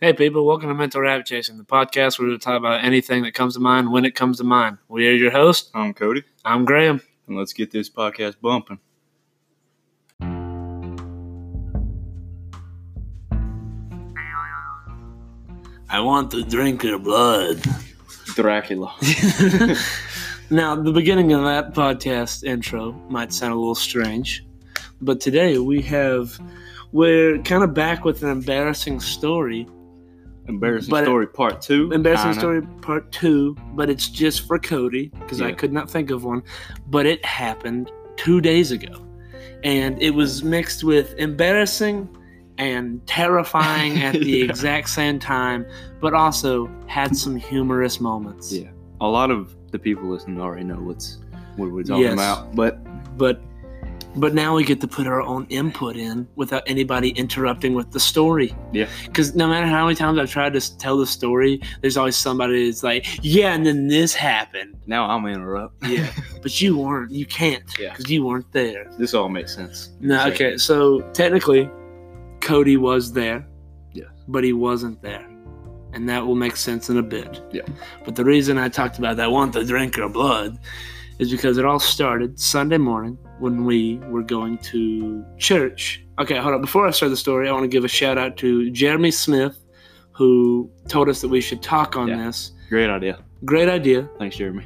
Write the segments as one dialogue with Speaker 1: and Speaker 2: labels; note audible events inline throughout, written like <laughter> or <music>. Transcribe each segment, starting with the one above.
Speaker 1: Hey, people, welcome to Mental Rabbit Chasing, the podcast where we talk about anything that comes to mind when it comes to mind. We are your host.
Speaker 2: I'm Cody,
Speaker 1: I'm Graham.
Speaker 2: and let's get this podcast bumping.
Speaker 1: I want to drink your blood.
Speaker 2: Dracula.
Speaker 1: now, the beginning of that podcast intro might sound a little strange, but today we have, we're kind of back with an embarrassing story.
Speaker 2: Embarrassing
Speaker 1: But-
Speaker 2: story part two. uh,
Speaker 1: Embarrassing
Speaker 2: Kinda.
Speaker 1: story part two, but it's just for Cody because I
Speaker 2: Yeah.
Speaker 1: could not think of one. But it happened two days ago, and it was mixed with embarrassing and terrifying
Speaker 2: <laughs>
Speaker 1: at the
Speaker 2: Yeah.
Speaker 1: exact same time, but also had some humorous moments.
Speaker 2: Yeah. A lot of the people listening already know what's what we're talking
Speaker 1: Yes.
Speaker 2: about, but
Speaker 1: But but now we get to put our own input in without anybody interrupting with the story.
Speaker 2: Yeah.
Speaker 1: Because no matter how many times I've tried to s- tell the story, there's always somebody that's like, "Yeah, and then this happened."
Speaker 2: now I'm gonna interrupt. <laughs>
Speaker 1: Yeah, but you weren't. You can't
Speaker 2: Yeah.
Speaker 1: because you weren't there.
Speaker 2: This all makes sense.
Speaker 1: No,
Speaker 2: Sure.
Speaker 1: okay. So technically, Cody was there.
Speaker 2: Yes.
Speaker 1: But he wasn't there, and that will make sense in a bit.
Speaker 2: Yeah.
Speaker 1: But the reason I talked about that want to drink your blood is because it all started Sunday morning when we were going to church. Okay, hold on. Before I start the story, I want to give a shout out to Jeremy Smith, who told us that we should talk on
Speaker 2: Yeah.
Speaker 1: this.
Speaker 2: Great idea.
Speaker 1: Great idea.
Speaker 2: Thanks,
Speaker 1: <laughs>
Speaker 2: Jeremy.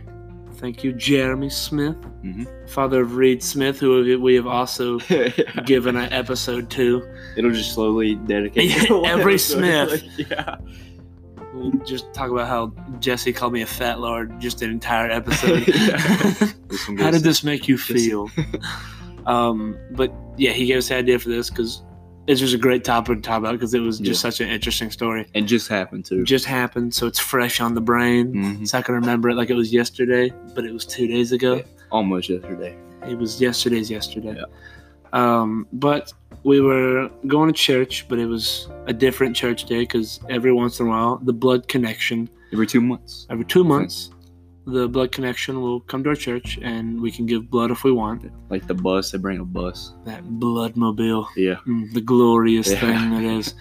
Speaker 1: Thank you, Jeremy Smith,
Speaker 2: Mhm.
Speaker 1: father of Reed Smith, who we have also given an episode to.
Speaker 2: <laughs> It'll just slowly dedicate
Speaker 1: Yeah, every
Speaker 2: episode.
Speaker 1: Smith.
Speaker 2: <laughs> yeah.
Speaker 1: We'll just talk about how Jesse called me a fat lord just an entire episode.
Speaker 2: Yeah. There's some
Speaker 1: <laughs>
Speaker 2: good
Speaker 1: how did
Speaker 2: stuff.
Speaker 1: this make you
Speaker 2: This-
Speaker 1: feel? um, but yeah, he gave us the idea for this because it's just a great topic to talk about because it was just such an interesting story.
Speaker 2: And just happened to.
Speaker 1: It just happened, so it's fresh on the brain.
Speaker 2: Mhm.
Speaker 1: So I can remember it like it was yesterday, but it was two days ago.
Speaker 2: Almost yesterday.
Speaker 1: It was yesterday's yesterday.
Speaker 2: Yeah.
Speaker 1: Um, but we were going to church, but it was a different church day because every once in a while, the blood connection,
Speaker 2: Every two months.
Speaker 1: every two months, the blood connection will come to our church and we can give blood if we want.
Speaker 2: Like the bus, they bring a bus.
Speaker 1: That blood mobile,
Speaker 2: Yeah.
Speaker 1: mm, the glorious
Speaker 2: Yeah.
Speaker 1: thing that is.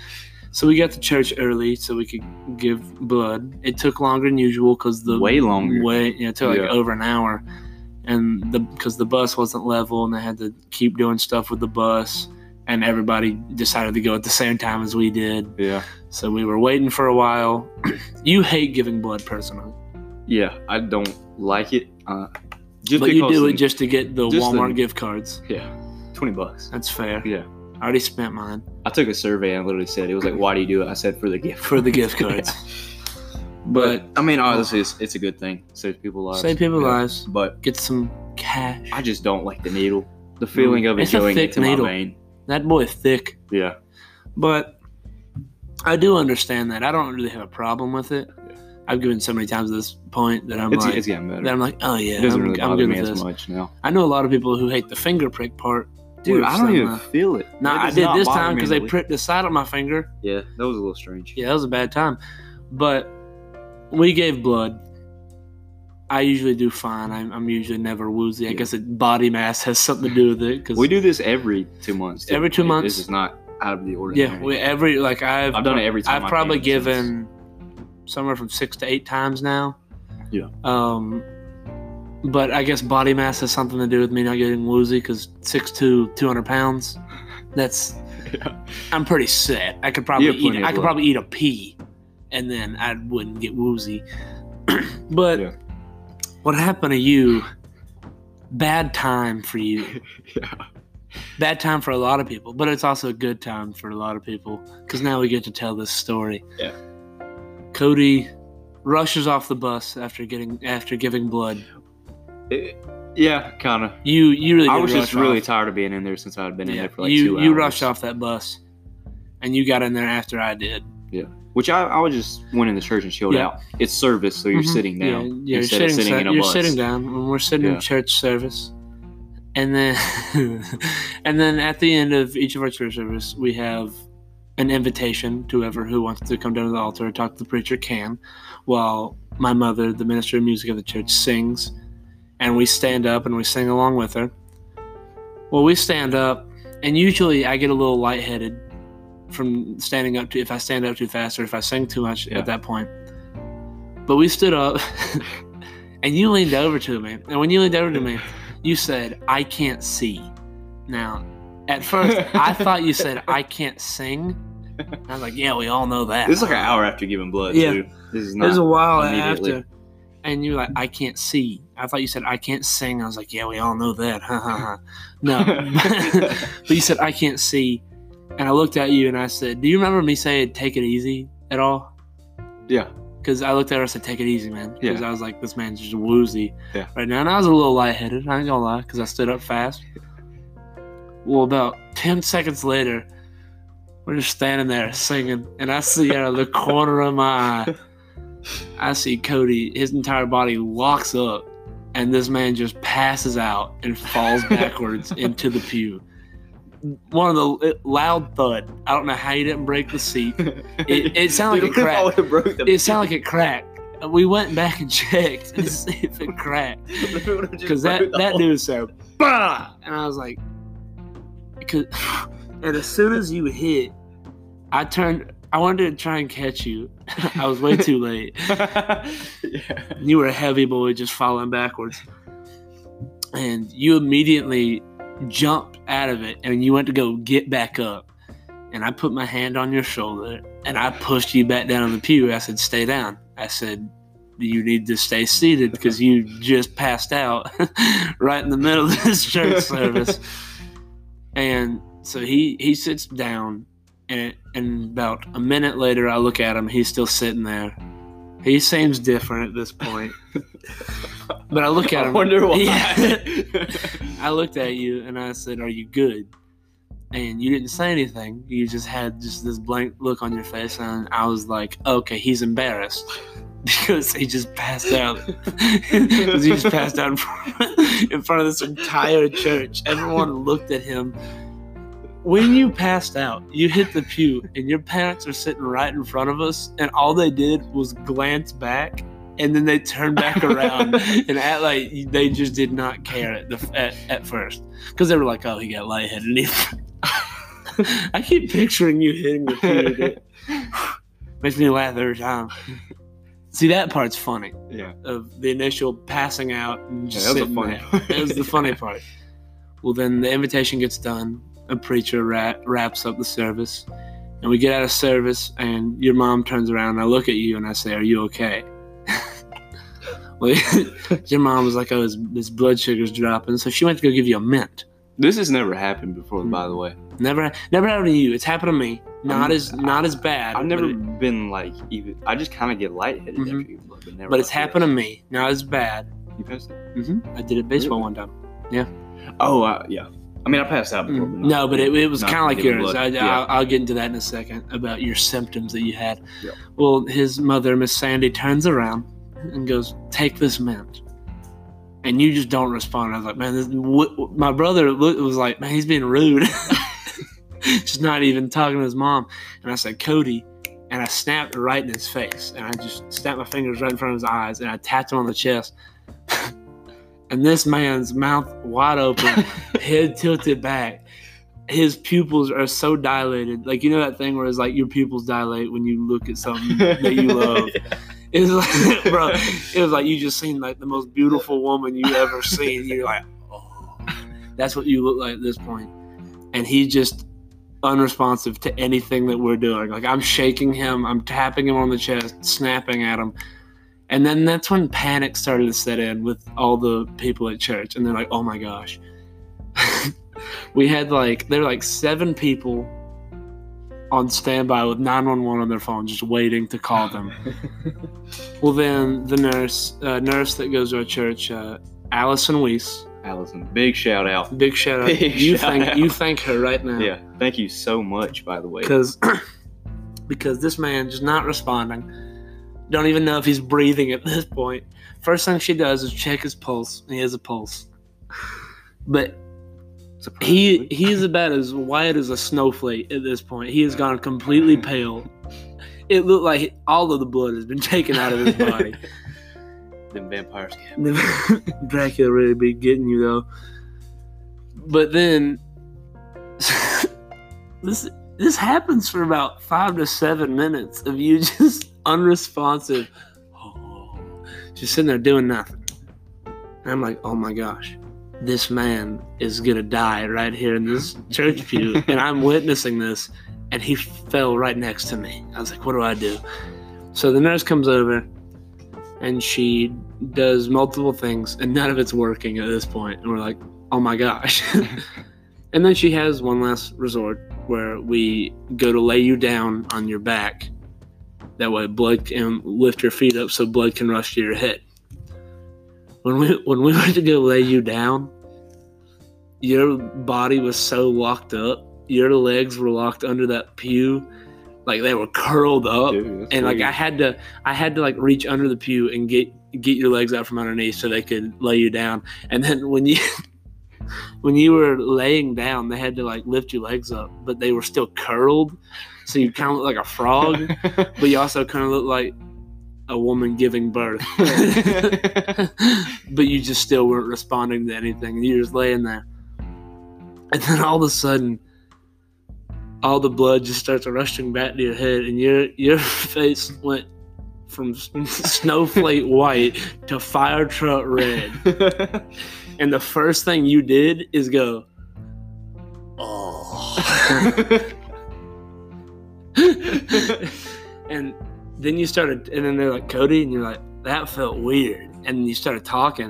Speaker 1: So we got to church early so we could give blood. It took longer than usual because the
Speaker 2: Way longer.
Speaker 1: way you know, it took like
Speaker 2: Yeah.
Speaker 1: over an hour, and the because the bus wasn't level, and they had to keep doing stuff with the bus, and everybody decided to go at the same time as we did.
Speaker 2: Yeah.
Speaker 1: So we were waiting for a while. <clears throat> you hate giving blood personally,
Speaker 2: Yeah, I don't like it. Uh, just
Speaker 1: but you
Speaker 2: because
Speaker 1: do it
Speaker 2: the-
Speaker 1: just to get the
Speaker 2: just the-
Speaker 1: Walmart gift cards.
Speaker 2: yeah, twenty bucks.
Speaker 1: That's fair.
Speaker 2: Yeah,
Speaker 1: I already spent mine
Speaker 2: I took a survey and literally said it was like, why do you do it? I said for the gift. <laughs>
Speaker 1: for the gift cards.
Speaker 2: But
Speaker 1: But
Speaker 2: I mean, honestly, it's, it's a good thing. Saves people lives.
Speaker 1: save people
Speaker 2: Yeah.
Speaker 1: lives.
Speaker 2: But
Speaker 1: Get some cash.
Speaker 2: I just don't like the needle. The feeling of it
Speaker 1: Mm. It's a
Speaker 2: going
Speaker 1: thick
Speaker 2: into
Speaker 1: needle.
Speaker 2: my vein.
Speaker 1: That boy thick.
Speaker 2: Yeah,
Speaker 1: But I do understand that. I don't really have a problem with it.
Speaker 2: Yeah.
Speaker 1: I've given so many times at this point that I'm
Speaker 2: it's,
Speaker 1: like,
Speaker 2: it's getting
Speaker 1: that
Speaker 2: better.
Speaker 1: I'm like, oh
Speaker 2: It
Speaker 1: yeah,
Speaker 2: doesn't
Speaker 1: I'm,
Speaker 2: really
Speaker 1: I'm
Speaker 2: bother
Speaker 1: good
Speaker 2: me
Speaker 1: with
Speaker 2: as
Speaker 1: this.
Speaker 2: much now.
Speaker 1: I know a lot of people who hate the finger prick part.
Speaker 2: Dude,
Speaker 1: worse
Speaker 2: I don't
Speaker 1: than
Speaker 2: even
Speaker 1: the-
Speaker 2: feel it.
Speaker 1: No,
Speaker 2: It
Speaker 1: I
Speaker 2: does
Speaker 1: did
Speaker 2: not
Speaker 1: this
Speaker 2: bother
Speaker 1: time
Speaker 2: me
Speaker 1: because
Speaker 2: in
Speaker 1: they
Speaker 2: the
Speaker 1: pricked the side of my finger.
Speaker 2: least. Yeah, that was a little strange.
Speaker 1: Yeah, that was a bad time. But we gave blood. I usually do fine. I'm, I'm usually never woozy. I
Speaker 2: Yeah.
Speaker 1: guess it, body mass has something to do with it. Cause
Speaker 2: We do this every two months.
Speaker 1: Every two
Speaker 2: typically.
Speaker 1: months.
Speaker 2: This is not out of the ordinary.
Speaker 1: Yeah, we, every like I've
Speaker 2: I've done it every time
Speaker 1: I've
Speaker 2: I
Speaker 1: probably
Speaker 2: can since.
Speaker 1: given somewhere from six to eight times now.
Speaker 2: Yeah.
Speaker 1: Um, but I guess body mass has something to do with me not getting woozy because six to two hundred pounds.
Speaker 2: <laughs>
Speaker 1: That's
Speaker 2: Yeah.
Speaker 1: I'm pretty set. I could
Speaker 2: You
Speaker 1: probably
Speaker 2: have
Speaker 1: eat.
Speaker 2: plenty of
Speaker 1: I could
Speaker 2: blood.
Speaker 1: probably eat a pea, and then I wouldn't get woozy. <clears throat> but
Speaker 2: Yeah.
Speaker 1: what happened to you? Bad time for you
Speaker 2: <laughs> yeah.
Speaker 1: bad time for a lot of people, but it's also a good time for a lot of people because now we get to tell this story.
Speaker 2: Yeah.
Speaker 1: Cody rushes off the bus after getting after giving blood.
Speaker 2: It- yeah, kind of.
Speaker 1: You you really did
Speaker 2: I was
Speaker 1: rush
Speaker 2: just really
Speaker 1: off.
Speaker 2: tired of being in there since I had been in
Speaker 1: Yeah,
Speaker 2: there for like
Speaker 1: you
Speaker 2: two hours.
Speaker 1: you rushed off that bus, and you got in there after I did.
Speaker 2: Which I, I was just went in the church and chilled
Speaker 1: Yeah.
Speaker 2: out. It's service, so you're
Speaker 1: Mhm.
Speaker 2: sitting down.
Speaker 1: Yeah, yeah, you're
Speaker 2: instead of
Speaker 1: sitting.
Speaker 2: sitting
Speaker 1: si-
Speaker 2: in a
Speaker 1: you're
Speaker 2: bus.
Speaker 1: sitting down when we're sitting
Speaker 2: Yeah.
Speaker 1: in church service, and then <laughs> and then at the end of each of our church service, we have an invitation to whoever who wants to come down to the altar or talk to the preacher can, while my mother, the minister of music of the church, sings, and we stand up and we sing along with her. Well, we stand up, and usually I get a little lightheaded from standing up to if I stand up too fast or if I sing too much
Speaker 2: Yeah.
Speaker 1: at that point. But we stood up <laughs> and you leaned over to me. And when you leaned over to me, you said, I can't see. Now, at first,
Speaker 2: <laughs>
Speaker 1: I thought you said, I can't sing. I was like, yeah, we all know that.
Speaker 2: This is like an hour after giving blood,
Speaker 1: Yeah.
Speaker 2: too. This is
Speaker 1: It was a
Speaker 2: not.
Speaker 1: while
Speaker 2: immediately.
Speaker 1: after. And you were like, I can't see. I thought you said, I can't sing. I was like, yeah, we all know that. <laughs> Ha ha ha. No. but you said, I can't see. And I looked at you and I said, Do you remember me saying, take it easy at all?
Speaker 2: <laughs> yeah.
Speaker 1: Because I looked at her and said, take it easy, man. Because
Speaker 2: Yeah.
Speaker 1: I was like, this man's just woozy
Speaker 2: Yeah.
Speaker 1: right now. And I was a little lightheaded. I ain't going to lie because I stood up fast. Well, about 10 seconds later, we're just standing there singing. And I see out of the corner of my eye, I see Cody, his entire body locks up. And this man just passes out and falls
Speaker 2: <laughs>
Speaker 1: backwards into the pew. One of the it- loud thud. I don't know how you didn't break the seat. It- it sounded
Speaker 2: <laughs>
Speaker 1: like
Speaker 2: Dude,
Speaker 1: a
Speaker 2: what if I
Speaker 1: crack.
Speaker 2: would've broke the-
Speaker 1: It sounded like it cracked. We went back and <laughs> checked to see if it cracked
Speaker 2: <laughs>
Speaker 1: because that that dude said bah, and I was like, because <sighs> and as soon as you hit, I turned. I wanted to try and catch you. <laughs> I was way too late.
Speaker 2: <laughs> dude.
Speaker 1: <laughs> You were a heavy boy, just falling backwards, and you immediately jumped out of it, and you went to go get back up. And I put my hand on your shoulder, and I pushed you back down on the pew. I said, "Stay down." I said, "You need to stay seated because you just passed out <laughs> right in the middle of this
Speaker 2: <laughs>
Speaker 1: church service." And so he he sits down, and and about a minute later, I look at him. He's still sitting there. He seems different at this
Speaker 2: <laughs>
Speaker 1: point. but I look at
Speaker 2: I
Speaker 1: him.
Speaker 2: wonder why.
Speaker 1: I looked at you and I said, "Are you good?" And you didn't say anything. You just had just this blank look on your face, and I was like, "Okay, he's embarrassed <laughs> because he just passed out. <laughs> 'Cause he just passed out in front, in front of this entire church. Everyone looked at him." When you passed out, you hit the pew, and your parents are sitting right in front of us, and all they did was glance back, and then they turned back around
Speaker 2: <laughs>
Speaker 1: and act like they just did not care at the at, at first because they were like, "Oh, he got lightheaded." <laughs> I keep picturing you hitting the food. It
Speaker 2: <laughs>
Speaker 1: makes me laugh every time. See, that part's funny
Speaker 2: <laughs> yeah.
Speaker 1: of the initial passing out and
Speaker 2: Yeah,
Speaker 1: just
Speaker 2: that was a
Speaker 1: sitting
Speaker 2: funny.
Speaker 1: there.
Speaker 2: <laughs>
Speaker 1: That was the funny part. Well, then the invitation gets done. A preacher ra- wraps up the service, and we get out of service. And your mom turns around, and I look at you, and I say, "Are you okay?" <laughs> well, <laughs> your mom was like, "Oh, his, his blood sugar's dropping," so she went to go give you a mint.
Speaker 2: This has never happened before, by
Speaker 1: Mm-hmm.
Speaker 2: the way.
Speaker 1: Never, never happened to you. It's happened to me. Not
Speaker 2: I'm-
Speaker 1: as, not as bad.
Speaker 2: I've
Speaker 1: but
Speaker 2: never
Speaker 1: it-
Speaker 2: been like even. I just kind of get lightheaded
Speaker 1: Mhm.
Speaker 2: after you blood, but never.
Speaker 1: but it's
Speaker 2: like
Speaker 1: happened to
Speaker 2: this.
Speaker 1: me. Not as bad.
Speaker 2: You passed out?
Speaker 1: hmm I did it baseball one time.
Speaker 2: Oh, uh, yeah. I mean, I passed out before.
Speaker 1: Mm,
Speaker 2: not-
Speaker 1: no, but it, it was
Speaker 2: not
Speaker 1: kind of like
Speaker 2: giving
Speaker 1: yours.
Speaker 2: blood.
Speaker 1: I,
Speaker 2: Yeah.
Speaker 1: I'll, I'll get into that in a second about your symptoms that you had.
Speaker 2: Yeah.
Speaker 1: Well, his mother, Miss Sandy, turns around and goes, "Take this mint," and you just don't respond. I was like, "Man, this, wh- my brother look, was like, man, he's being rude. <laughs> just not even talking to his mom." And I said, "Cody." And I snapped right in his face, and I just snapped my fingers right in front of his eyes, and I tapped him on the chest. <laughs> and this man's mouth wide open, head tilted back, his pupils are so dilated. Like you know that thing where it's like your pupils dilate when you look at
Speaker 2: <laughs>
Speaker 1: something that you love. It was like, <laughs> bro, it was like you just seen like the most beautiful woman you ever seen. You're like, oh, <laughs> that's what you look like at this point. And he's just unresponsive to anything that we're doing. Like I'm shaking him, I'm tapping him on the chest, snapping at him. And then that's when panic started to set in with all the people at church, and they're like, "Oh my gosh." <laughs> we had like there were like seven people on standby with 911 on their phone, just waiting to call them. Well, then the nurse, uh, nurse that goes to our church, uh, Allison Weiss.
Speaker 2: Allison, big shout out.
Speaker 1: Big shout out.
Speaker 2: Big
Speaker 1: you
Speaker 2: shout
Speaker 1: thank
Speaker 2: out.
Speaker 1: you thank her right now.
Speaker 2: Yeah. Thank you so much, by the way.
Speaker 1: Because <clears throat> because this man just not responding. Don't even know if he's breathing at this point. First thing she does is check his pulse. He has a pulse, but he
Speaker 2: Surprisingly.
Speaker 1: he's about as white as a snowflake at this point. He has gone completely pale. It looked like all of the blood has been taken out of his body.
Speaker 2: Them vampires.
Speaker 1: <laughs>
Speaker 2: can-
Speaker 1: Dracula really be getting you though. But then <laughs> this This happens for about five to seven minutes of you <laughs> just unresponsive. <sighs> Oh, just sitting there doing nothing. And I'm like, oh my gosh, this man is going to die right here in this church pew. and I'm witnessing this. And he fell right next to me. I was like, what do I do? So the nurse comes over and she does multiple things, and none of it's working at this point. And we're like, oh my gosh. <laughs> and then she has one last resort where we go to lay you down on your back. That way, blood can lift your feet up so blood can rush to your head. When we when we <laughs> went to go lay you down, your body was so locked up. Your legs were locked under that pew, like they were curled up
Speaker 2: Dude, that's
Speaker 1: and like
Speaker 2: weird.
Speaker 1: I had to, I had to like reach under the pew and get get your legs out from underneath so they could lay you down. And then when you <laughs> when you were laying down, they had to like lift your legs up, but they were still curled, so you kind of look like a
Speaker 2: <laughs>
Speaker 1: frog, but you also kind of look like a woman giving birth. <laughs> but you just still weren't responding to anything. You're just laying there. And then all of a sudden, all the blood just starts rushing back to your head, and your your <laughs> face went from s- <laughs> snowflake white to fire truck red. And the first thing you did is go, <laughs> oh. <laughs> and then you started, and then they're like, Cody, and you're like, that felt weird. And you started talking.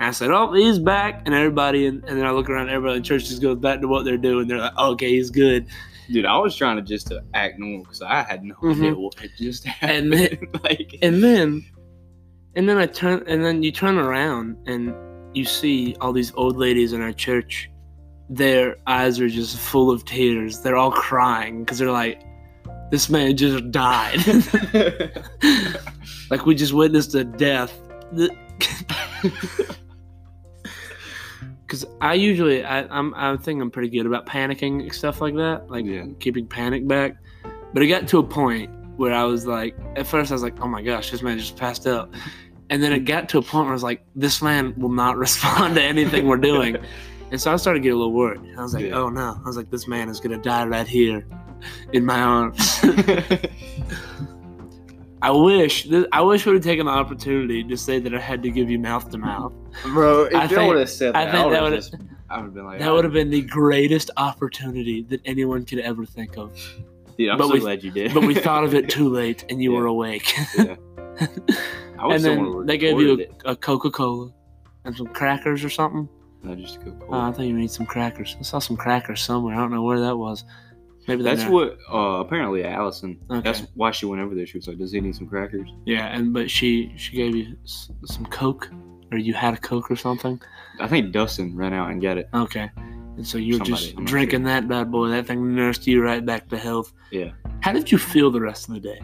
Speaker 1: And I said, oh, he's back. And everybody, and, and then I look around, everybody in church just goes back to what they're doing. They're like, okay, he's good.
Speaker 2: <laughs> Dude, I was trying to just to act normal because I had no idea
Speaker 1: Mhm.
Speaker 2: what had just <laughs>
Speaker 1: And
Speaker 2: happened.
Speaker 1: then-
Speaker 2: like,
Speaker 1: <laughs> And then, and then I turn, and then you turn around and you see all these old ladies in our church. Their eyes are just full of tears. They're all crying because they're like, this man just died. <laughs> like we just witnessed a
Speaker 2: <laughs>
Speaker 1: death. Because I usually, I, I'm, I think I'm pretty good about panicking and stuff like that. Like,
Speaker 2: yeah,
Speaker 1: keeping panic back. But it got to a point where I was like, at first I was like, oh my gosh, this man just passed out. And then it got to a point where I was like, this man will not <laughs> respond to anything we're
Speaker 2: <laughs>
Speaker 1: doing. And so I started getting a little worried. I was like,
Speaker 2: Yeah.
Speaker 1: oh no. I was like, this man is going to die right here in my arms. I wish, th- I wish we would have taken the opportunity to say that I had to give you mouth to mouth.
Speaker 2: Oh, bro. If
Speaker 1: I
Speaker 2: y'all
Speaker 1: think-
Speaker 2: would have said
Speaker 1: I
Speaker 2: that,
Speaker 1: think
Speaker 2: I
Speaker 1: that
Speaker 2: would
Speaker 1: would've-
Speaker 2: have just. I would have been like,
Speaker 1: That would have been the greatest opportunity that anyone could ever think of.
Speaker 2: Dude, I'm
Speaker 1: but
Speaker 2: so
Speaker 1: we-
Speaker 2: glad you did.
Speaker 1: But we thought
Speaker 2: <laughs>
Speaker 1: of it too late and you
Speaker 2: Yeah.
Speaker 1: were awake.
Speaker 2: I wish
Speaker 1: and
Speaker 2: someone
Speaker 1: then
Speaker 2: would
Speaker 1: they gave you
Speaker 2: recorded
Speaker 1: a, a Coca Cola and some crackers or something.
Speaker 2: it. No, just go cool.
Speaker 1: Oh, I thought you need some crackers. I saw some crackers somewhere. I don't know where that was. Maybe that-
Speaker 2: That's what uh, apparently Allison.
Speaker 1: Okay.
Speaker 2: That's why she went over there. She was like, "Does he need some crackers?"
Speaker 1: Yeah, and but she she gave you s- some Coke, or you had a Coke or something.
Speaker 2: I think Dustin ran out and got it.
Speaker 1: Okay, and so you were
Speaker 2: Somebody,
Speaker 1: just
Speaker 2: I'm not
Speaker 1: drinking that bad boy. That thing nursed you right back to health.
Speaker 2: Yeah.
Speaker 1: How did you feel the rest of the day?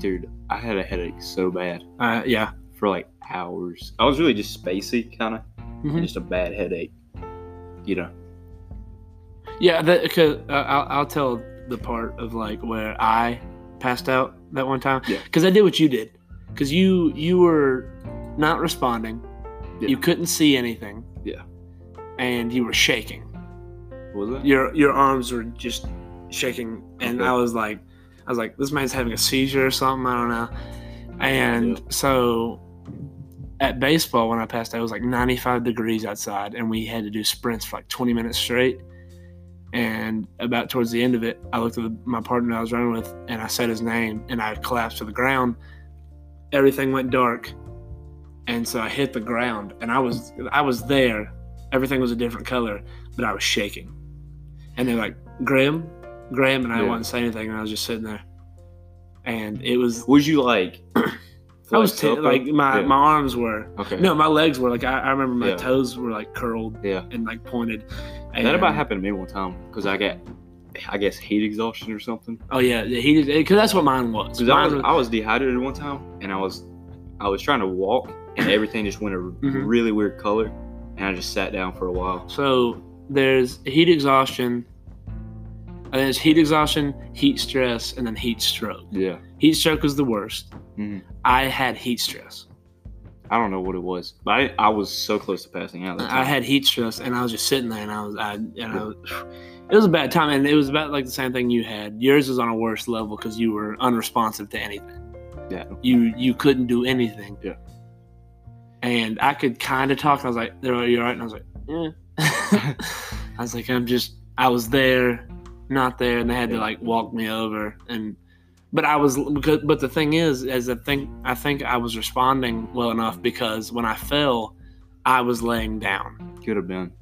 Speaker 2: Dude, I had a headache so bad
Speaker 1: Uh, yeah.
Speaker 2: for like hours. I was really just spacey, kind of,
Speaker 1: Mhm.
Speaker 2: just a bad headache. You know.
Speaker 1: Yeah, that, cause uh, I'll, I'll tell the part of like where I passed out that one time.
Speaker 2: Yeah.
Speaker 1: Because I did what you did. Because you you were not responding.
Speaker 2: Yeah.
Speaker 1: You couldn't see anything.
Speaker 2: Yeah.
Speaker 1: And you were shaking.
Speaker 2: Was it?
Speaker 1: Your your arms were just shaking, and
Speaker 2: Okay.
Speaker 1: I was like, I was like, this man's having a seizure or something. I don't know. And
Speaker 2: Yeah.
Speaker 1: so. At baseball, when I passed out, it was like 95 degrees outside, and we had to do sprints for like 20 minutes straight. And about towards the end of it, I looked at my partner I was running with, and I said his name, and I collapsed to the ground. Everything went dark, and so I hit the ground, and I was I was there. Everything was a different color, but I was shaking. And they're like, "Graham, Graham," and I
Speaker 2: Yeah.
Speaker 1: wouldn't say anything, and I was just sitting there. And it was
Speaker 2: Was you like?
Speaker 1: I was t-
Speaker 2: soaking?
Speaker 1: like my
Speaker 2: Yeah.
Speaker 1: my arms were
Speaker 2: Okay.
Speaker 1: no my legs were like I, I remember my
Speaker 2: Yeah.
Speaker 1: toes were like curled
Speaker 2: Yeah.
Speaker 1: and like pointed. And,
Speaker 2: That about happened to me one time because I got, I guess, heat exhaustion or something.
Speaker 1: Oh yeah, yeah, he did because that's what mine was.
Speaker 2: Because I
Speaker 1: Mine
Speaker 2: was,
Speaker 1: was-
Speaker 2: I was dehydrated one time, and I was, I was trying to walk, and everything just went a
Speaker 1: Mhm.
Speaker 2: really weird color, and I just sat down for a while.
Speaker 1: So there's heat exhaustion. And there's heat exhaustion, heat stress, and then heat stroke.
Speaker 2: Yeah.
Speaker 1: Heat stroke was the worst.
Speaker 2: Mhm.
Speaker 1: I had heat stress.
Speaker 2: I don't know what it was, but I, I was so close to passing out. that
Speaker 1: I
Speaker 2: time.
Speaker 1: had heat stress, and I was just sitting there, and I was, I, and I, was, It was a bad time, and it was about like the same thing you had. Yours was on a worse level because you were unresponsive to anything.
Speaker 2: Yeah.
Speaker 1: You you couldn't do anything.
Speaker 2: Yeah.
Speaker 1: And I could kind of talk. And I was like, "They're like, you all right?" And I was like, "Yeah." <laughs> I was like, "I'm just I was there, not there," and they had to
Speaker 2: Yeah.
Speaker 1: like walk me over. And but I was because but the thing is, as I think I think I was responding well enough because when I fell, I was laying down
Speaker 2: Could have been.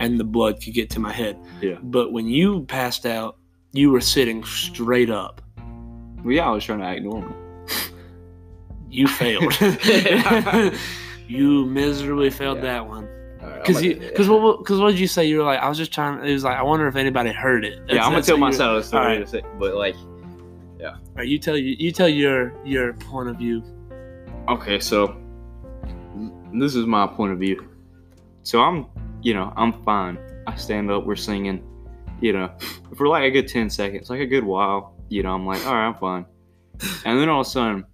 Speaker 1: and the blood could get to my head.
Speaker 2: Yeah.
Speaker 1: But when you passed out, you were sitting straight up.
Speaker 2: Well, yeah, I was trying to act normal. <laughs>
Speaker 1: You failed. <laughs> you miserably failed
Speaker 2: Yeah.
Speaker 1: that one.
Speaker 2: All right, I'm
Speaker 1: Because
Speaker 2: gonna-
Speaker 1: you, because what, what- cause what did you say? You were like, I was just trying. It was like, I wonder if anybody heard it.
Speaker 2: yeah,
Speaker 1: That's-
Speaker 2: I'm gonna
Speaker 1: that's
Speaker 2: tell
Speaker 1: what you-
Speaker 2: my side of the story
Speaker 1: All right.
Speaker 2: in a sec, but like,
Speaker 1: All right, you tell you, you tell your your point of view.
Speaker 2: okay, so n- this is my point of view. So I'm, you know, I'm fine. I stand up, we're singing, you know, for like a good 10 seconds, like a good while, you know, I'm like, all right, I'm fine. And then all of a sudden,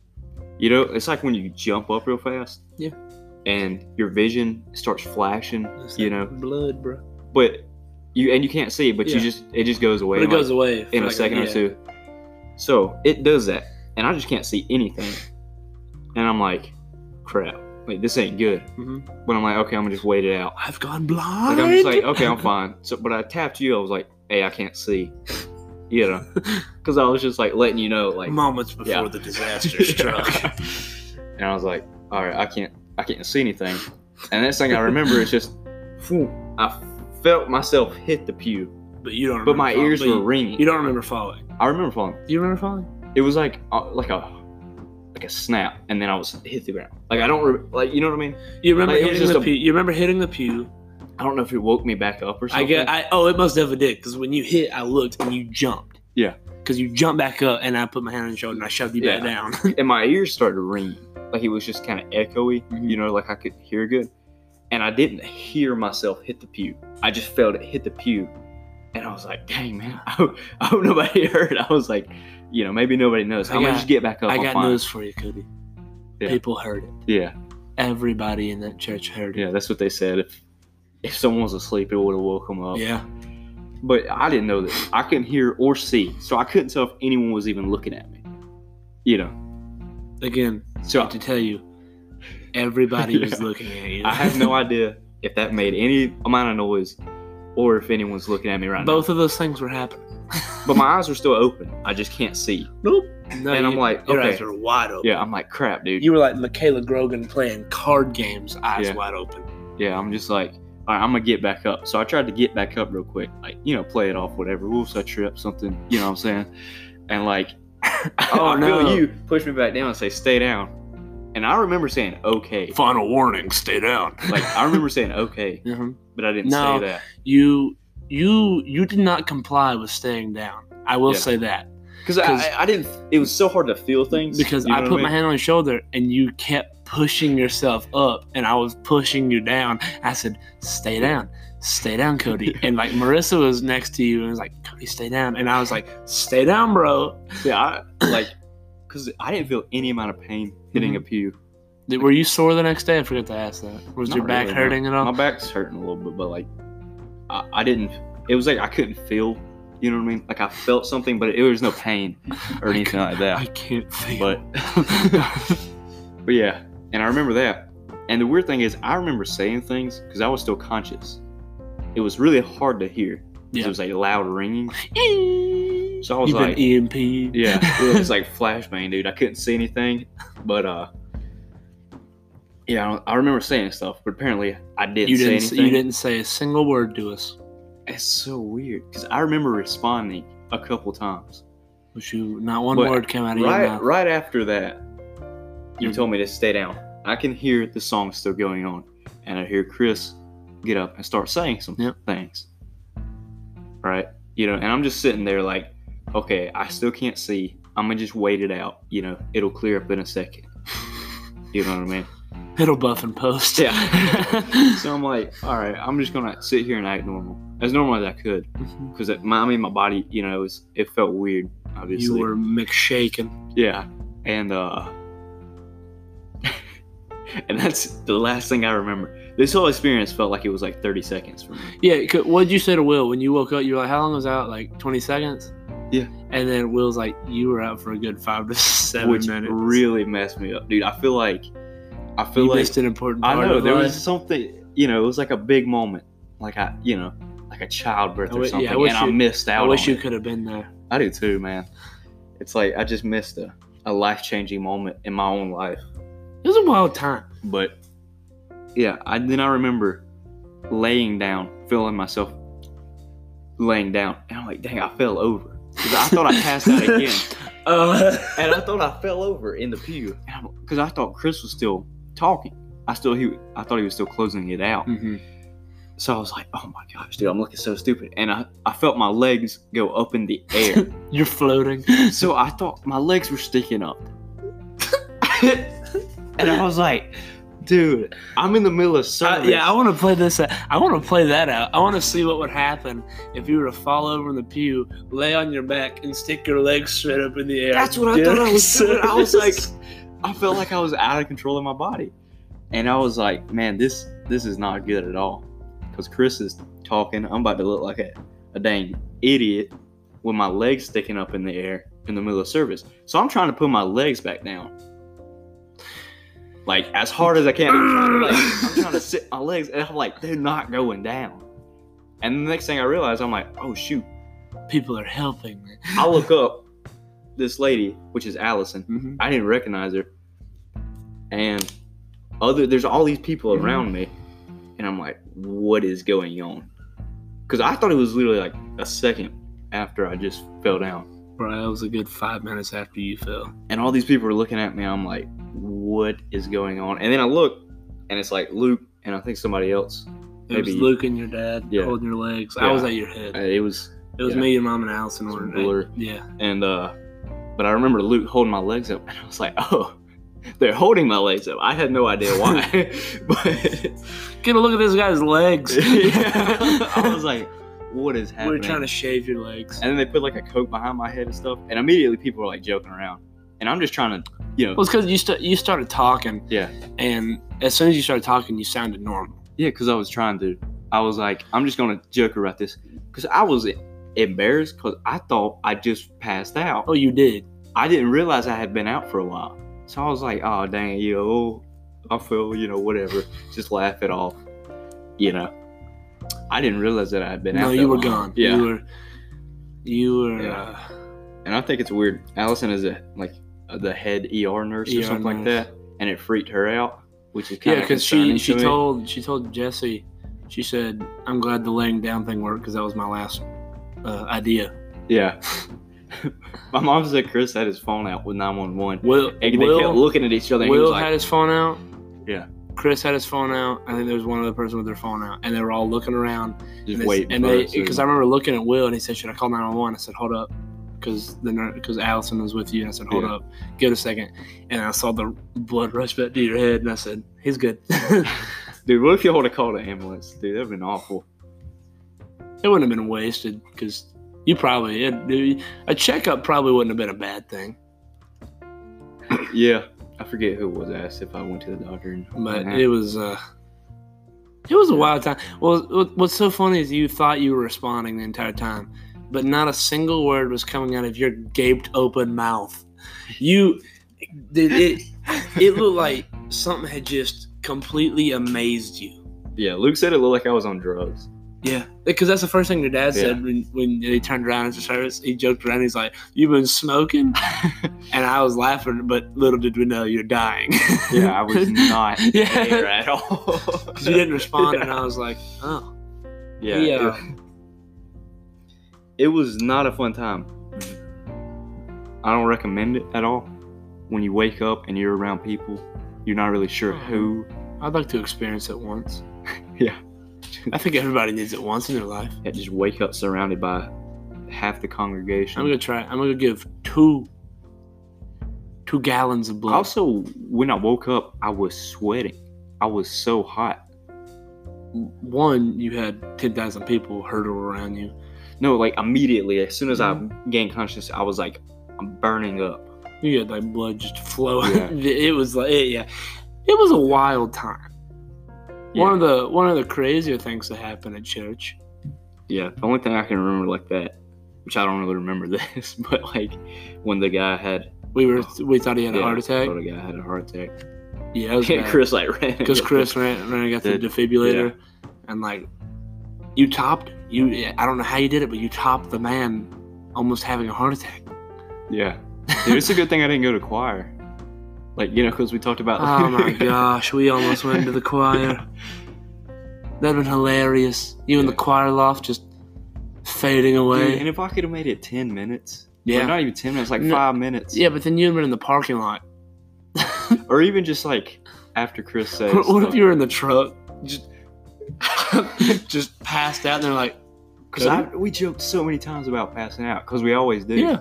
Speaker 2: you know, it's like when you jump up real fast.
Speaker 1: Yeah.
Speaker 2: And your vision starts flashing,
Speaker 1: It's
Speaker 2: you
Speaker 1: like
Speaker 2: know,
Speaker 1: blood, bro.
Speaker 2: but you, and you can't see it, but
Speaker 1: Yeah.
Speaker 2: you just, it just goes away.
Speaker 1: But it
Speaker 2: and, like,
Speaker 1: goes away for
Speaker 2: in a
Speaker 1: like
Speaker 2: second or
Speaker 1: yeah.
Speaker 2: two. So it does that, and I just can't see anything. And I'm like, crap, like this ain't good.
Speaker 1: Mhm.
Speaker 2: But I'm like, okay, I'm gonna just wait it out.
Speaker 1: I've gone blind.
Speaker 2: Like I'm just like, oh, okay, I'm fine. So, but I tapped you. I was like, hey, I can't see, you
Speaker 1: <laughs>
Speaker 2: know, because I was just like letting you know, like <laughs>
Speaker 1: moments before
Speaker 2: Yeah.
Speaker 1: the <laughs> disaster
Speaker 2: <laughs>
Speaker 1: struck.
Speaker 2: and I was like, all right, I can't, I can't see anything. And next thing I remember is just, phew, I felt myself hit the pew,
Speaker 1: But you don't.
Speaker 2: but my
Speaker 1: remember
Speaker 2: ears
Speaker 1: falling.
Speaker 2: were ringing.
Speaker 1: You don't remember falling.
Speaker 2: I remember falling.
Speaker 1: Do you remember falling?
Speaker 2: it was like uh, like a like a snap, and then I was hit the ground. Like I don't re- like you know what I mean.
Speaker 1: You remember
Speaker 2: Like, it was
Speaker 1: hitting the
Speaker 2: just a-
Speaker 1: pew. You remember hitting the pew.
Speaker 2: I don't know if it woke me back up or
Speaker 1: I
Speaker 2: something.
Speaker 1: get. I oh, it most definitely did because when you hit, I looked and you jumped.
Speaker 2: Yeah.
Speaker 1: Because you jumped back up and I put my hand on your shoulder and I shoved you back
Speaker 2: Yeah.
Speaker 1: down.
Speaker 2: and my ears started ringing. Like it was just kind of echoey,
Speaker 1: Mhm.
Speaker 2: you know, like I could hear good. And I didn't hear myself hit the pew. I just felt it hit the pew, and I was like, "Dang man, I hope, I hope nobody <laughs> heard." I was like, you know, maybe nobody knows.
Speaker 1: I
Speaker 2: I'm
Speaker 1: got-
Speaker 2: gonna just get back
Speaker 1: <laughs>
Speaker 2: up.
Speaker 1: I
Speaker 2: I'm
Speaker 1: got
Speaker 2: fine.
Speaker 1: news for you, Cody.
Speaker 2: Yeah.
Speaker 1: People heard it.
Speaker 2: Yeah,
Speaker 1: Everybody in that church heard it.
Speaker 2: yeah, that's what they said. If if someone was asleep, it would have woke them up.
Speaker 1: Yeah.
Speaker 2: but I didn't know this. I couldn't hear or see, so I couldn't tell if anyone was even looking at me. You know,
Speaker 1: Again,
Speaker 2: so
Speaker 1: to tell you,
Speaker 2: <laughs>
Speaker 1: everybody was
Speaker 2: Yeah.
Speaker 1: looking at you.
Speaker 2: I have no idea if that made any amount of noise or if anyone's looking at me right
Speaker 1: <laughs> Both of those things were happening.
Speaker 2: now. But my eyes are still open. I just can't see.
Speaker 1: Nope. No,
Speaker 2: And
Speaker 1: you-
Speaker 2: I'm like,
Speaker 1: your
Speaker 2: okay.
Speaker 1: eyes are wide open.
Speaker 2: Yeah, I'm like, crap, dude.
Speaker 1: You were like Michaela Grogan playing card games, eyes
Speaker 2: Yeah.
Speaker 1: wide open.
Speaker 2: yeah, I'm just like, all right, I'm gonna get back up. So I tried to get back up real quick, like you know, play it off, whatever. We'll set trip something. You know what I'm saying? And like, <laughs>
Speaker 1: Oh,
Speaker 2: I feel
Speaker 1: no.
Speaker 2: you push me back down and say, stay down. And I remember saying, okay.
Speaker 1: Final warning: stay down.
Speaker 2: Like
Speaker 1: <laughs>
Speaker 2: I remember saying, okay.
Speaker 1: Mhm.
Speaker 2: but I didn't
Speaker 1: No.
Speaker 2: say that.
Speaker 1: you you you did not comply with staying down. I will
Speaker 2: Yeah.
Speaker 1: say that
Speaker 2: Because I, I didn't. It was so hard to feel things.
Speaker 1: because
Speaker 2: you know
Speaker 1: I
Speaker 2: what
Speaker 1: put my
Speaker 2: mean?
Speaker 1: hand on your shoulder and you kept pushing yourself up, and I was pushing you down. I said, "Stay down, stay down,
Speaker 2: <laughs>
Speaker 1: Cody." and like Marissa was next to you and was like, "Cody, stay down," and I was
Speaker 2: <laughs>
Speaker 1: like, "Stay down, bro."
Speaker 2: Yeah, I, like because I didn't feel any amount of pain hitting
Speaker 1: Mm-hmm.
Speaker 2: a pew.
Speaker 1: Did- Were you sore the next day? I forgot to ask that. Was
Speaker 2: Not
Speaker 1: your back
Speaker 2: really, no.
Speaker 1: hurting at all?
Speaker 2: My back's hurting a little bit, but like I, I didn't. It was like I couldn't feel. You know what I mean? Like I felt something, but it, was
Speaker 1: <laughs>
Speaker 2: no pain or anything like
Speaker 1: I
Speaker 2: that.
Speaker 1: can't feel. <laughs>
Speaker 2: But but yeah, and I remember that. And the weird thing is, I remember saying things because I was still conscious. It was really hard to hear. 'cause
Speaker 1: Yeah.
Speaker 2: It was like loud ringing. So I was
Speaker 1: You've
Speaker 2: like,
Speaker 1: been E EMP. <laughs>
Speaker 2: Yeah, it was like flashbang, dude. I couldn't see anything, but uh, yeah, I, don't- I remember saying stuff, but apparently I didn't,
Speaker 1: you didn't.
Speaker 2: say
Speaker 1: say-
Speaker 2: anything.
Speaker 1: You didn't say a single word to us.
Speaker 2: It's so weird because I remember responding a couple times.
Speaker 1: But you, not one
Speaker 2: But
Speaker 1: word came out of your
Speaker 2: Right,
Speaker 1: mouth.
Speaker 2: right after that, you
Speaker 1: Mhm.
Speaker 2: told me to stay down. I can hear the song still going on, and I hear Chris get up and start saying some
Speaker 1: Yep.
Speaker 2: things. Right, you know, and I'm just sitting there like, okay, I still can't see. I'm gonna just wait it out. You know, it'll clear up in a second. You know what
Speaker 1: <laughs>
Speaker 2: I mean?
Speaker 1: It'll buff and post. <laughs>
Speaker 2: Yeah. so I'm like, all right, I'm just gonna sit here and act normal, as normal as I could, because my I mean my body, you know, it, was, it felt weird, obviously.
Speaker 1: you were McShaken.
Speaker 2: yeah, <laughs> and uh, and that's the last thing I remember. This whole experience felt like it was like 30 seconds for me.
Speaker 1: Yeah, c- what'd you say to Will when you woke up? You were like, "How long was I out? Like twenty seconds?"
Speaker 2: Yeah.
Speaker 1: And then Will's like, "You were out for a good five to seven
Speaker 2: which
Speaker 1: minutes.
Speaker 2: really messed me up, dude. I feel like, I feel
Speaker 1: you
Speaker 2: like
Speaker 1: missed an important
Speaker 2: I
Speaker 1: part."
Speaker 2: know
Speaker 1: of
Speaker 2: there
Speaker 1: life.
Speaker 2: was something. You know, it was like a big moment, like I, you know, like a childbirth
Speaker 1: I
Speaker 2: or
Speaker 1: wi- yeah, I
Speaker 2: something,
Speaker 1: wish
Speaker 2: and I
Speaker 1: you-
Speaker 2: missed
Speaker 1: I
Speaker 2: out.
Speaker 1: wish
Speaker 2: on
Speaker 1: you
Speaker 2: it.
Speaker 1: could have been there.
Speaker 2: I do too, man. It's like I just missed a, a life changing moment in my own life.
Speaker 1: It was a wild time.
Speaker 2: But yeah, I then I remember laying down, feeling myself laying down, and I'm like, dang, I fell over. 'Cause I thought I passed out again,
Speaker 1: <laughs> Uh,
Speaker 2: <laughs> and I thought I fell over in the pew, because I thought Chris was still talking. I still he, I thought he was still closing it out.
Speaker 1: Mm-hmm.
Speaker 2: So I was like, oh my gosh, dude, I'm looking so stupid, and I, I felt my legs go up in the air. <laughs>
Speaker 1: You're floating.
Speaker 2: So I thought my legs were sticking <laughs> up. and I was like, dude, I'm in the middle of
Speaker 1: I-
Speaker 2: service.
Speaker 1: Uh, yeah, I want to play this. Out. I want to play that out. I want to see what would happen if you were to fall over in the pew, lay on your back, and stick your legs straight up in the air.
Speaker 2: That's what I thought I was doing. I was like,
Speaker 1: Yes.
Speaker 2: I felt like I was out of control of my body. And I was like, man, this this is not good at all. Because Chris is talking. I'm about to look like a, a dang idiot with my legs sticking up in the air in the middle of service. So I'm trying to put my legs back down. Like as hard as I can. I'm trying to, like, I'm trying to sit my legs and I'm like, they're not going down. And the next thing I realize, I'm like, oh shoot.
Speaker 1: <laughs> people are helping me.
Speaker 2: I look up this lady, which is Allison.
Speaker 1: Mm-hmm.
Speaker 2: I didn't recognize her. And other there's all these people around me. And I'm like, what is going on? Cause I thought it was literally like a second after I just fell down.
Speaker 1: Bro, that was a good five minutes after you fell.
Speaker 2: And all these people are looking at me. I'm like, what is going on? And then I look and it's like Luke and I think somebody else.
Speaker 1: It
Speaker 2: Maybe-
Speaker 1: was Luke and your dad
Speaker 2: Yeah.
Speaker 1: holding your legs. I
Speaker 2: Yeah.
Speaker 1: was at your head.
Speaker 2: Uh, It was
Speaker 1: it was
Speaker 2: yeah.
Speaker 1: me, your mom, and Allison
Speaker 2: It's
Speaker 1: were
Speaker 2: a blur.
Speaker 1: Yeah.
Speaker 2: and uh but I remember Luke holding my legs up <laughs> and I was like, oh, they're holding my legs up. I had no idea why. <laughs> but
Speaker 1: Get a look at this guy's <laughs>
Speaker 2: <laughs>
Speaker 1: legs.
Speaker 2: yeah. I was like, what is happening?
Speaker 1: we were trying to shave your legs.
Speaker 2: and then they put like a coke behind my head and stuff, and immediately people were like joking around, and I'm just trying to, you know,
Speaker 1: Well, it's because you st- you started talking.
Speaker 2: Yeah.
Speaker 1: And as soon as you started talking, you sounded normal.
Speaker 2: yeah, because I was trying to. I was like, I'm just gonna joke about this, because I was e, embarrassed, because I thought I just passed out.
Speaker 1: Oh, you did.
Speaker 2: I didn't realize I had been out for a while, so I was like, oh dang, you know, I feel, you know, whatever, just laugh it off, you know. I didn't realize that I had been out.
Speaker 1: no,
Speaker 2: that
Speaker 1: you were
Speaker 2: long.
Speaker 1: gone.
Speaker 2: Yeah,
Speaker 1: You were. You were.
Speaker 2: Yeah.
Speaker 1: Uh,
Speaker 2: and I think it's weird. Allison is a like the head ER nurse or
Speaker 1: ER
Speaker 2: something like
Speaker 1: nurse.
Speaker 2: that, and it freaked her out, which is kind
Speaker 1: yeah,
Speaker 2: of
Speaker 1: because she she told she told Jesse, she said, "I'm glad the laying down thing worked because that was my last uh, idea."
Speaker 2: yeah. <laughs> My mom said Chris had his phone out with nine one one,
Speaker 1: Will
Speaker 2: and they
Speaker 1: Will,
Speaker 2: kept looking at each other. And he
Speaker 1: Will
Speaker 2: was like,
Speaker 1: had his phone out.
Speaker 2: Yeah.
Speaker 1: Chris had his phone out. I think there was one other person with their phone out, and they were all looking around.
Speaker 2: "Just
Speaker 1: and
Speaker 2: wait." for
Speaker 1: they
Speaker 2: us to-
Speaker 1: because I remember looking at Will, and he said, "Should I call 911?" I said, "Hold up." Because the because Allison was with you, and I said, "Hold
Speaker 2: Yeah.
Speaker 1: up, give it a second. And I saw the blood rush back to your head, and I said, "He's good." <laughs>
Speaker 2: dude, what if you would have called an ambulance? Dude, that'd been awful.
Speaker 1: it wouldn't have been wasted because you probably it, a checkup probably wouldn't have been a bad thing,
Speaker 2: Yeah, I forget who it was asked if I went to the doctor. And,
Speaker 1: but
Speaker 2: and
Speaker 1: it was uh, it was a wild time. Well, what- what's so funny is you thought you were responding the entire time, but not a single word was coming out of your gaped open mouth. You did it. It looked like something had just completely amazed you.
Speaker 2: yeah, Luke said it looked like I was on drugs.
Speaker 1: Yeah, because that's the first thing your dad
Speaker 2: Yeah.
Speaker 1: said when, when they turned around after service. He joked around. He's like, "You've been smoking," <laughs> and I was laughing, but little did we know you're dying.
Speaker 2: Yeah, I was not
Speaker 1: <laughs> Yeah. <laughs>
Speaker 2: there at all.
Speaker 1: because you didn't respond, and I was like, "Oh,
Speaker 2: <laughs> Yeah.
Speaker 1: He,
Speaker 2: it-
Speaker 1: uh,
Speaker 2: It, was not a fun time. I don't recommend it at all. When you wake up and you're around people, you're not really sure who.
Speaker 1: I'd like to experience it once."
Speaker 2: <laughs> Yeah.
Speaker 1: I think everybody needs it once in their life.
Speaker 2: Yeah, just wake up surrounded by half the congregation.
Speaker 1: I'm gonna try. I'm gonna give two two gallons of blood.
Speaker 2: also, when I woke up, I was sweating. I was so hot.
Speaker 1: One, you had ten thousand people hurdle around you.
Speaker 2: No, like immediately, as soon as
Speaker 1: Mm-hmm.
Speaker 2: I gained consciousness, I was like, I'm burning up.
Speaker 1: You had like <laughs> blood just flowing.
Speaker 2: Yeah.
Speaker 1: it was like, it, yeah, it was a wild time. One
Speaker 2: Yeah.
Speaker 1: of the one of the crazier things that happen at church.
Speaker 2: Yeah, the only thing I can remember like that, which I don't really remember <laughs> this, but like when the guy had
Speaker 1: We were we thought he had
Speaker 2: Oh. yeah,
Speaker 1: a heart attack.
Speaker 2: thought the guy had a heart attack.
Speaker 1: Yeah,
Speaker 2: <laughs>
Speaker 1: that was
Speaker 2: Yeah,
Speaker 1: bad.
Speaker 2: Chris like ran <laughs>
Speaker 1: because
Speaker 2: into
Speaker 1: Chris ran, ran and got the
Speaker 2: Did-
Speaker 1: defibrillator, and like you topped you. I don't know how you did it, but you topped the man almost having a heart attack.
Speaker 2: the-
Speaker 1: <laughs>
Speaker 2: Yeah, Dude, it's a good thing I didn't go to choir. Like you know, because we talked about.
Speaker 1: oh
Speaker 2: <laughs>
Speaker 1: my gosh, we almost went to the choir. That'd been hilarious. You and the
Speaker 2: Yeah.
Speaker 1: choir loft just fading
Speaker 2: Dude,
Speaker 1: away.
Speaker 2: and if I could have made it ten minutes, yeah,
Speaker 1: yeah,
Speaker 2: not even ten minutes, like
Speaker 1: No.
Speaker 2: five minutes,
Speaker 1: yeah, but then you'd been in the parking lot.
Speaker 2: or even just like after Chris says,
Speaker 1: What, what if
Speaker 2: like,
Speaker 1: you were in the truck, just <laughs> just passed out, and they're like,
Speaker 2: Because I we joked so many times about passing out because we always do.
Speaker 1: yeah,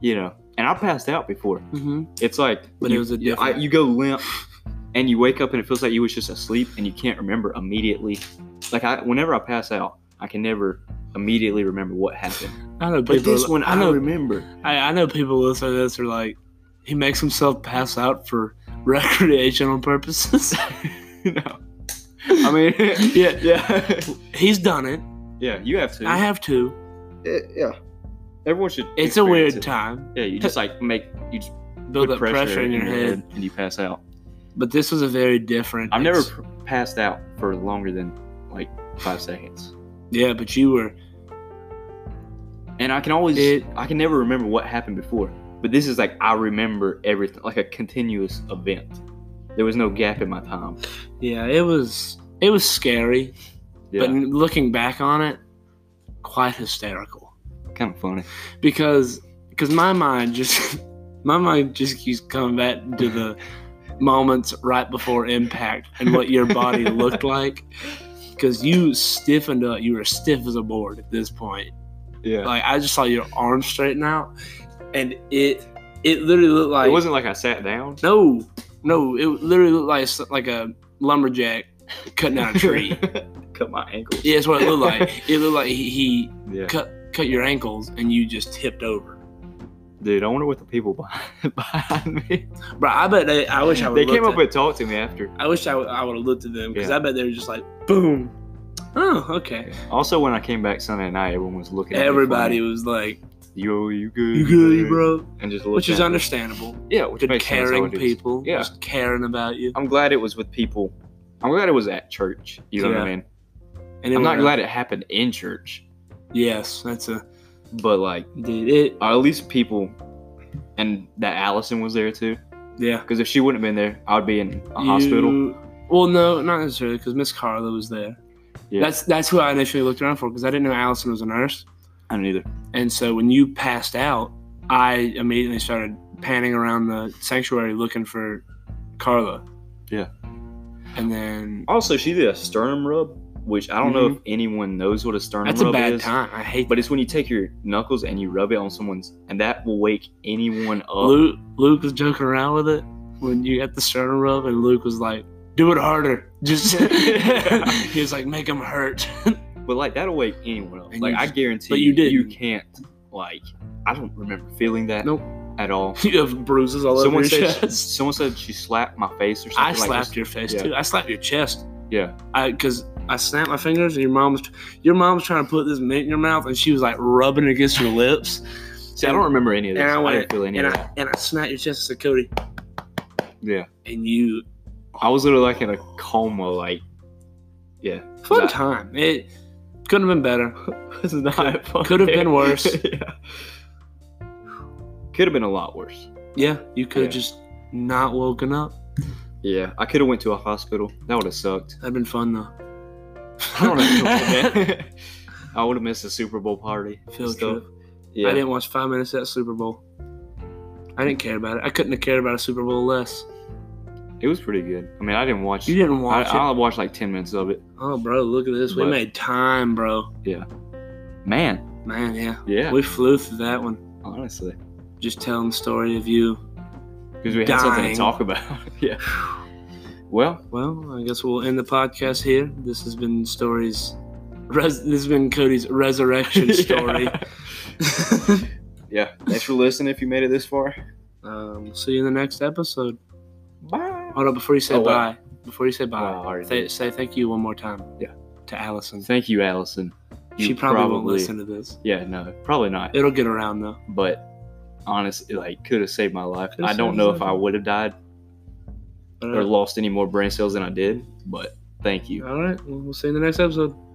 Speaker 2: You know, and I passed out before.
Speaker 1: hmm
Speaker 2: It's like,
Speaker 1: But it
Speaker 2: you,
Speaker 1: was a
Speaker 2: you- I-
Speaker 1: different-
Speaker 2: you go limp, and you wake up, and it feels like you was just asleep, and you can't remember immediately. Like I, whenever I pass out, I can never immediately remember what happened.
Speaker 1: I know
Speaker 2: But
Speaker 1: people.
Speaker 2: this one, I,
Speaker 1: know <laughs>
Speaker 2: remember.
Speaker 1: I, I know people listen to this are like, he makes himself pass out for <laughs> recreational purposes. <laughs>
Speaker 2: no, I mean,
Speaker 1: yeah,
Speaker 2: yeah,
Speaker 1: he's done it.
Speaker 2: yeah. You have to.
Speaker 1: I have too.
Speaker 2: Yeah, yeah. Everyone should.
Speaker 1: It's a weird
Speaker 2: experience it.
Speaker 1: time.
Speaker 2: Yeah, you just like make you just
Speaker 1: Build
Speaker 2: put
Speaker 1: up pressure, in your head.
Speaker 2: and you pass out.
Speaker 1: But this was a very different.
Speaker 2: I've never
Speaker 1: ex-
Speaker 2: pr- passed out for longer than like five seconds,
Speaker 1: Yeah, but you were.
Speaker 2: and I can always,
Speaker 1: It-
Speaker 2: I can never remember what happened before. But this is like I remember everything, like a continuous event. There was no gap in my time.
Speaker 1: Yeah, it was. It was scary,
Speaker 2: Yeah,
Speaker 1: but looking back on it, quite hysterical
Speaker 2: kind of funny.
Speaker 1: because because my mind just <laughs> my mind just keeps coming back to the moments right before impact and what your
Speaker 2: <laughs>
Speaker 1: body looked like because you stiffened up. You were stiff as a board at this point.
Speaker 2: Yeah,
Speaker 1: Like I just saw your arm straighten out, and it it literally looked like
Speaker 2: it wasn't like I sat down.
Speaker 1: No, no, it literally looked like s- like a lumberjack cutting out a
Speaker 2: <laughs>
Speaker 1: tree.
Speaker 2: Cut my ankle.
Speaker 1: yeah, that's what it looked like. It looked like he, he
Speaker 2: Yeah,
Speaker 1: cut cut your ankles and you just tipped over.
Speaker 2: dude. I wonder what the people behind, <laughs> behind me.
Speaker 1: Bro, I bet they. I wish I would.
Speaker 2: They came up and talked to me after.
Speaker 1: I wish I, would- I would have looked at them because
Speaker 2: Yeah.
Speaker 1: I bet they were just like boom. Oh, okay.
Speaker 2: Also, when I came back Sunday night, everyone was looking. at me
Speaker 1: Everybody
Speaker 2: funny.
Speaker 1: was like,
Speaker 2: yo, you good?
Speaker 1: "You good, bro?"
Speaker 2: And
Speaker 1: Which
Speaker 2: just looked
Speaker 1: is
Speaker 2: at me.
Speaker 1: understandable.
Speaker 2: Yeah, which
Speaker 1: Good,
Speaker 2: makes sense, I
Speaker 1: caring
Speaker 2: would do.
Speaker 1: people,
Speaker 2: Yeah.
Speaker 1: just caring about you.
Speaker 2: I'm glad it was with people. I'm glad it was at church. You know what I
Speaker 1: Yeah.
Speaker 2: mean?
Speaker 1: And
Speaker 2: I'm not
Speaker 1: everyone-
Speaker 2: glad it happened in church,
Speaker 1: Yes, that's a
Speaker 2: but like
Speaker 1: dude. It
Speaker 2: at least people, and that Allison was there too.
Speaker 1: yeah.
Speaker 2: Because if she wouldn't have been there, I would be in a hospital.
Speaker 1: You- Well, no, not necessarily, because Miss Carla was there.
Speaker 2: Yeah.
Speaker 1: That's that's who I initially looked around for, because I didn't know Allison was a nurse.
Speaker 2: I don't either.
Speaker 1: And so when you passed out, I immediately started panning around the sanctuary looking for Carla.
Speaker 2: Yeah.
Speaker 1: And then
Speaker 2: Also, she did a sternum rub, which I don't know if anyone knows what Mm-hmm. a sternum
Speaker 1: that's a
Speaker 2: rub
Speaker 1: bad
Speaker 2: is.
Speaker 1: time. I hate.
Speaker 2: But it's when you take your knuckles and you rub it on someone's, and that will wake anyone up.
Speaker 1: Luke Luke was joking around with it when you got the sternum rub, and Luke was like, "Do it harder."
Speaker 2: <laughs>
Speaker 1: Just <laughs> he was like, "Make him hurt."
Speaker 2: But like that'll wake anyone up.
Speaker 1: And
Speaker 2: like
Speaker 1: you
Speaker 2: I
Speaker 1: just-
Speaker 2: guarantee
Speaker 1: but you didn't.
Speaker 2: you can't like I don't remember feeling that
Speaker 1: Nope.
Speaker 2: at all.
Speaker 1: <laughs> you have bruises all
Speaker 2: Someone
Speaker 1: over your
Speaker 2: said
Speaker 1: chest.
Speaker 2: someone said she slapped my face or something
Speaker 1: I
Speaker 2: like
Speaker 1: slapped
Speaker 2: this.
Speaker 1: your face
Speaker 2: yeah.
Speaker 1: too. I slapped your chest.
Speaker 2: Yeah.
Speaker 1: I because I snapped my fingers and your mom's your mom's trying to put this mint in your mouth and she was like rubbing it against your lips.
Speaker 2: See, I don't remember any of this.
Speaker 1: and I
Speaker 2: I,
Speaker 1: went-
Speaker 2: didn't feel any
Speaker 1: And
Speaker 2: of
Speaker 1: I
Speaker 2: that.
Speaker 1: and I snapped your chest to Cody
Speaker 2: Yeah.
Speaker 1: and you
Speaker 2: I was literally like in a coma,
Speaker 1: <laughs>
Speaker 2: like yeah.
Speaker 1: fun
Speaker 2: That-
Speaker 1: time. It could have been
Speaker 2: <laughs>
Speaker 1: better.
Speaker 2: This is not fun.
Speaker 1: could have been worse.
Speaker 2: <laughs> yeah. Could have been a lot worse.
Speaker 1: Yeah, you could have
Speaker 2: Yeah.
Speaker 1: just not woken up.
Speaker 2: Yeah. I could have went to a hospital. That would have sucked.
Speaker 1: That'd been fun though.
Speaker 2: I
Speaker 1: <laughs>
Speaker 2: don't know. man. I would have missed the Super Bowl party.
Speaker 1: Field
Speaker 2: stuff.
Speaker 1: trip.
Speaker 2: Yeah.
Speaker 1: I didn't watch five minutes of that Super Bowl. I didn't care about it. I couldn't have cared about a Super Bowl less.
Speaker 2: It was pretty good. I mean, I didn't watch.
Speaker 1: You didn't
Speaker 2: I,
Speaker 1: watch it.
Speaker 2: I watched like ten minutes of it.
Speaker 1: Oh, bro, look at this. we
Speaker 2: But-
Speaker 1: made time, bro.
Speaker 2: Man,
Speaker 1: Man, yeah.
Speaker 2: yeah,
Speaker 1: We flew through that one.
Speaker 2: honestly,
Speaker 1: Just telling the story of you.
Speaker 2: because we had something to
Speaker 1: Dying.
Speaker 2: talk about. <laughs> yeah. Well,
Speaker 1: <laughs> Well, I guess we'll end the podcast here. This has been stories. Res- this has been Cody's resurrection story.
Speaker 2: <laughs> Yeah.
Speaker 1: <laughs>
Speaker 2: yeah. Thanks for listening. If you made it this far,
Speaker 1: um, see you in the next episode.
Speaker 2: bye.
Speaker 1: Hold up before you say
Speaker 2: Oh, wait.
Speaker 1: bye. before you say bye,
Speaker 2: Wow, I already
Speaker 1: say,
Speaker 2: did.
Speaker 1: say thank you one more time.
Speaker 2: Yeah.
Speaker 1: To Allison.
Speaker 2: Thank you, Allison. You
Speaker 1: she probably, won't listen to this.
Speaker 2: Yeah, no, probably not.
Speaker 1: It'll get around though.
Speaker 2: but honestly, like, could have saved my life.
Speaker 1: Could've
Speaker 2: I don't
Speaker 1: saved
Speaker 2: know
Speaker 1: his
Speaker 2: if
Speaker 1: life.
Speaker 2: I would have died
Speaker 1: All
Speaker 2: or
Speaker 1: right.
Speaker 2: lost any more brain cells than I did, but thank you.
Speaker 1: All right. Well, we'll see you in the next episode.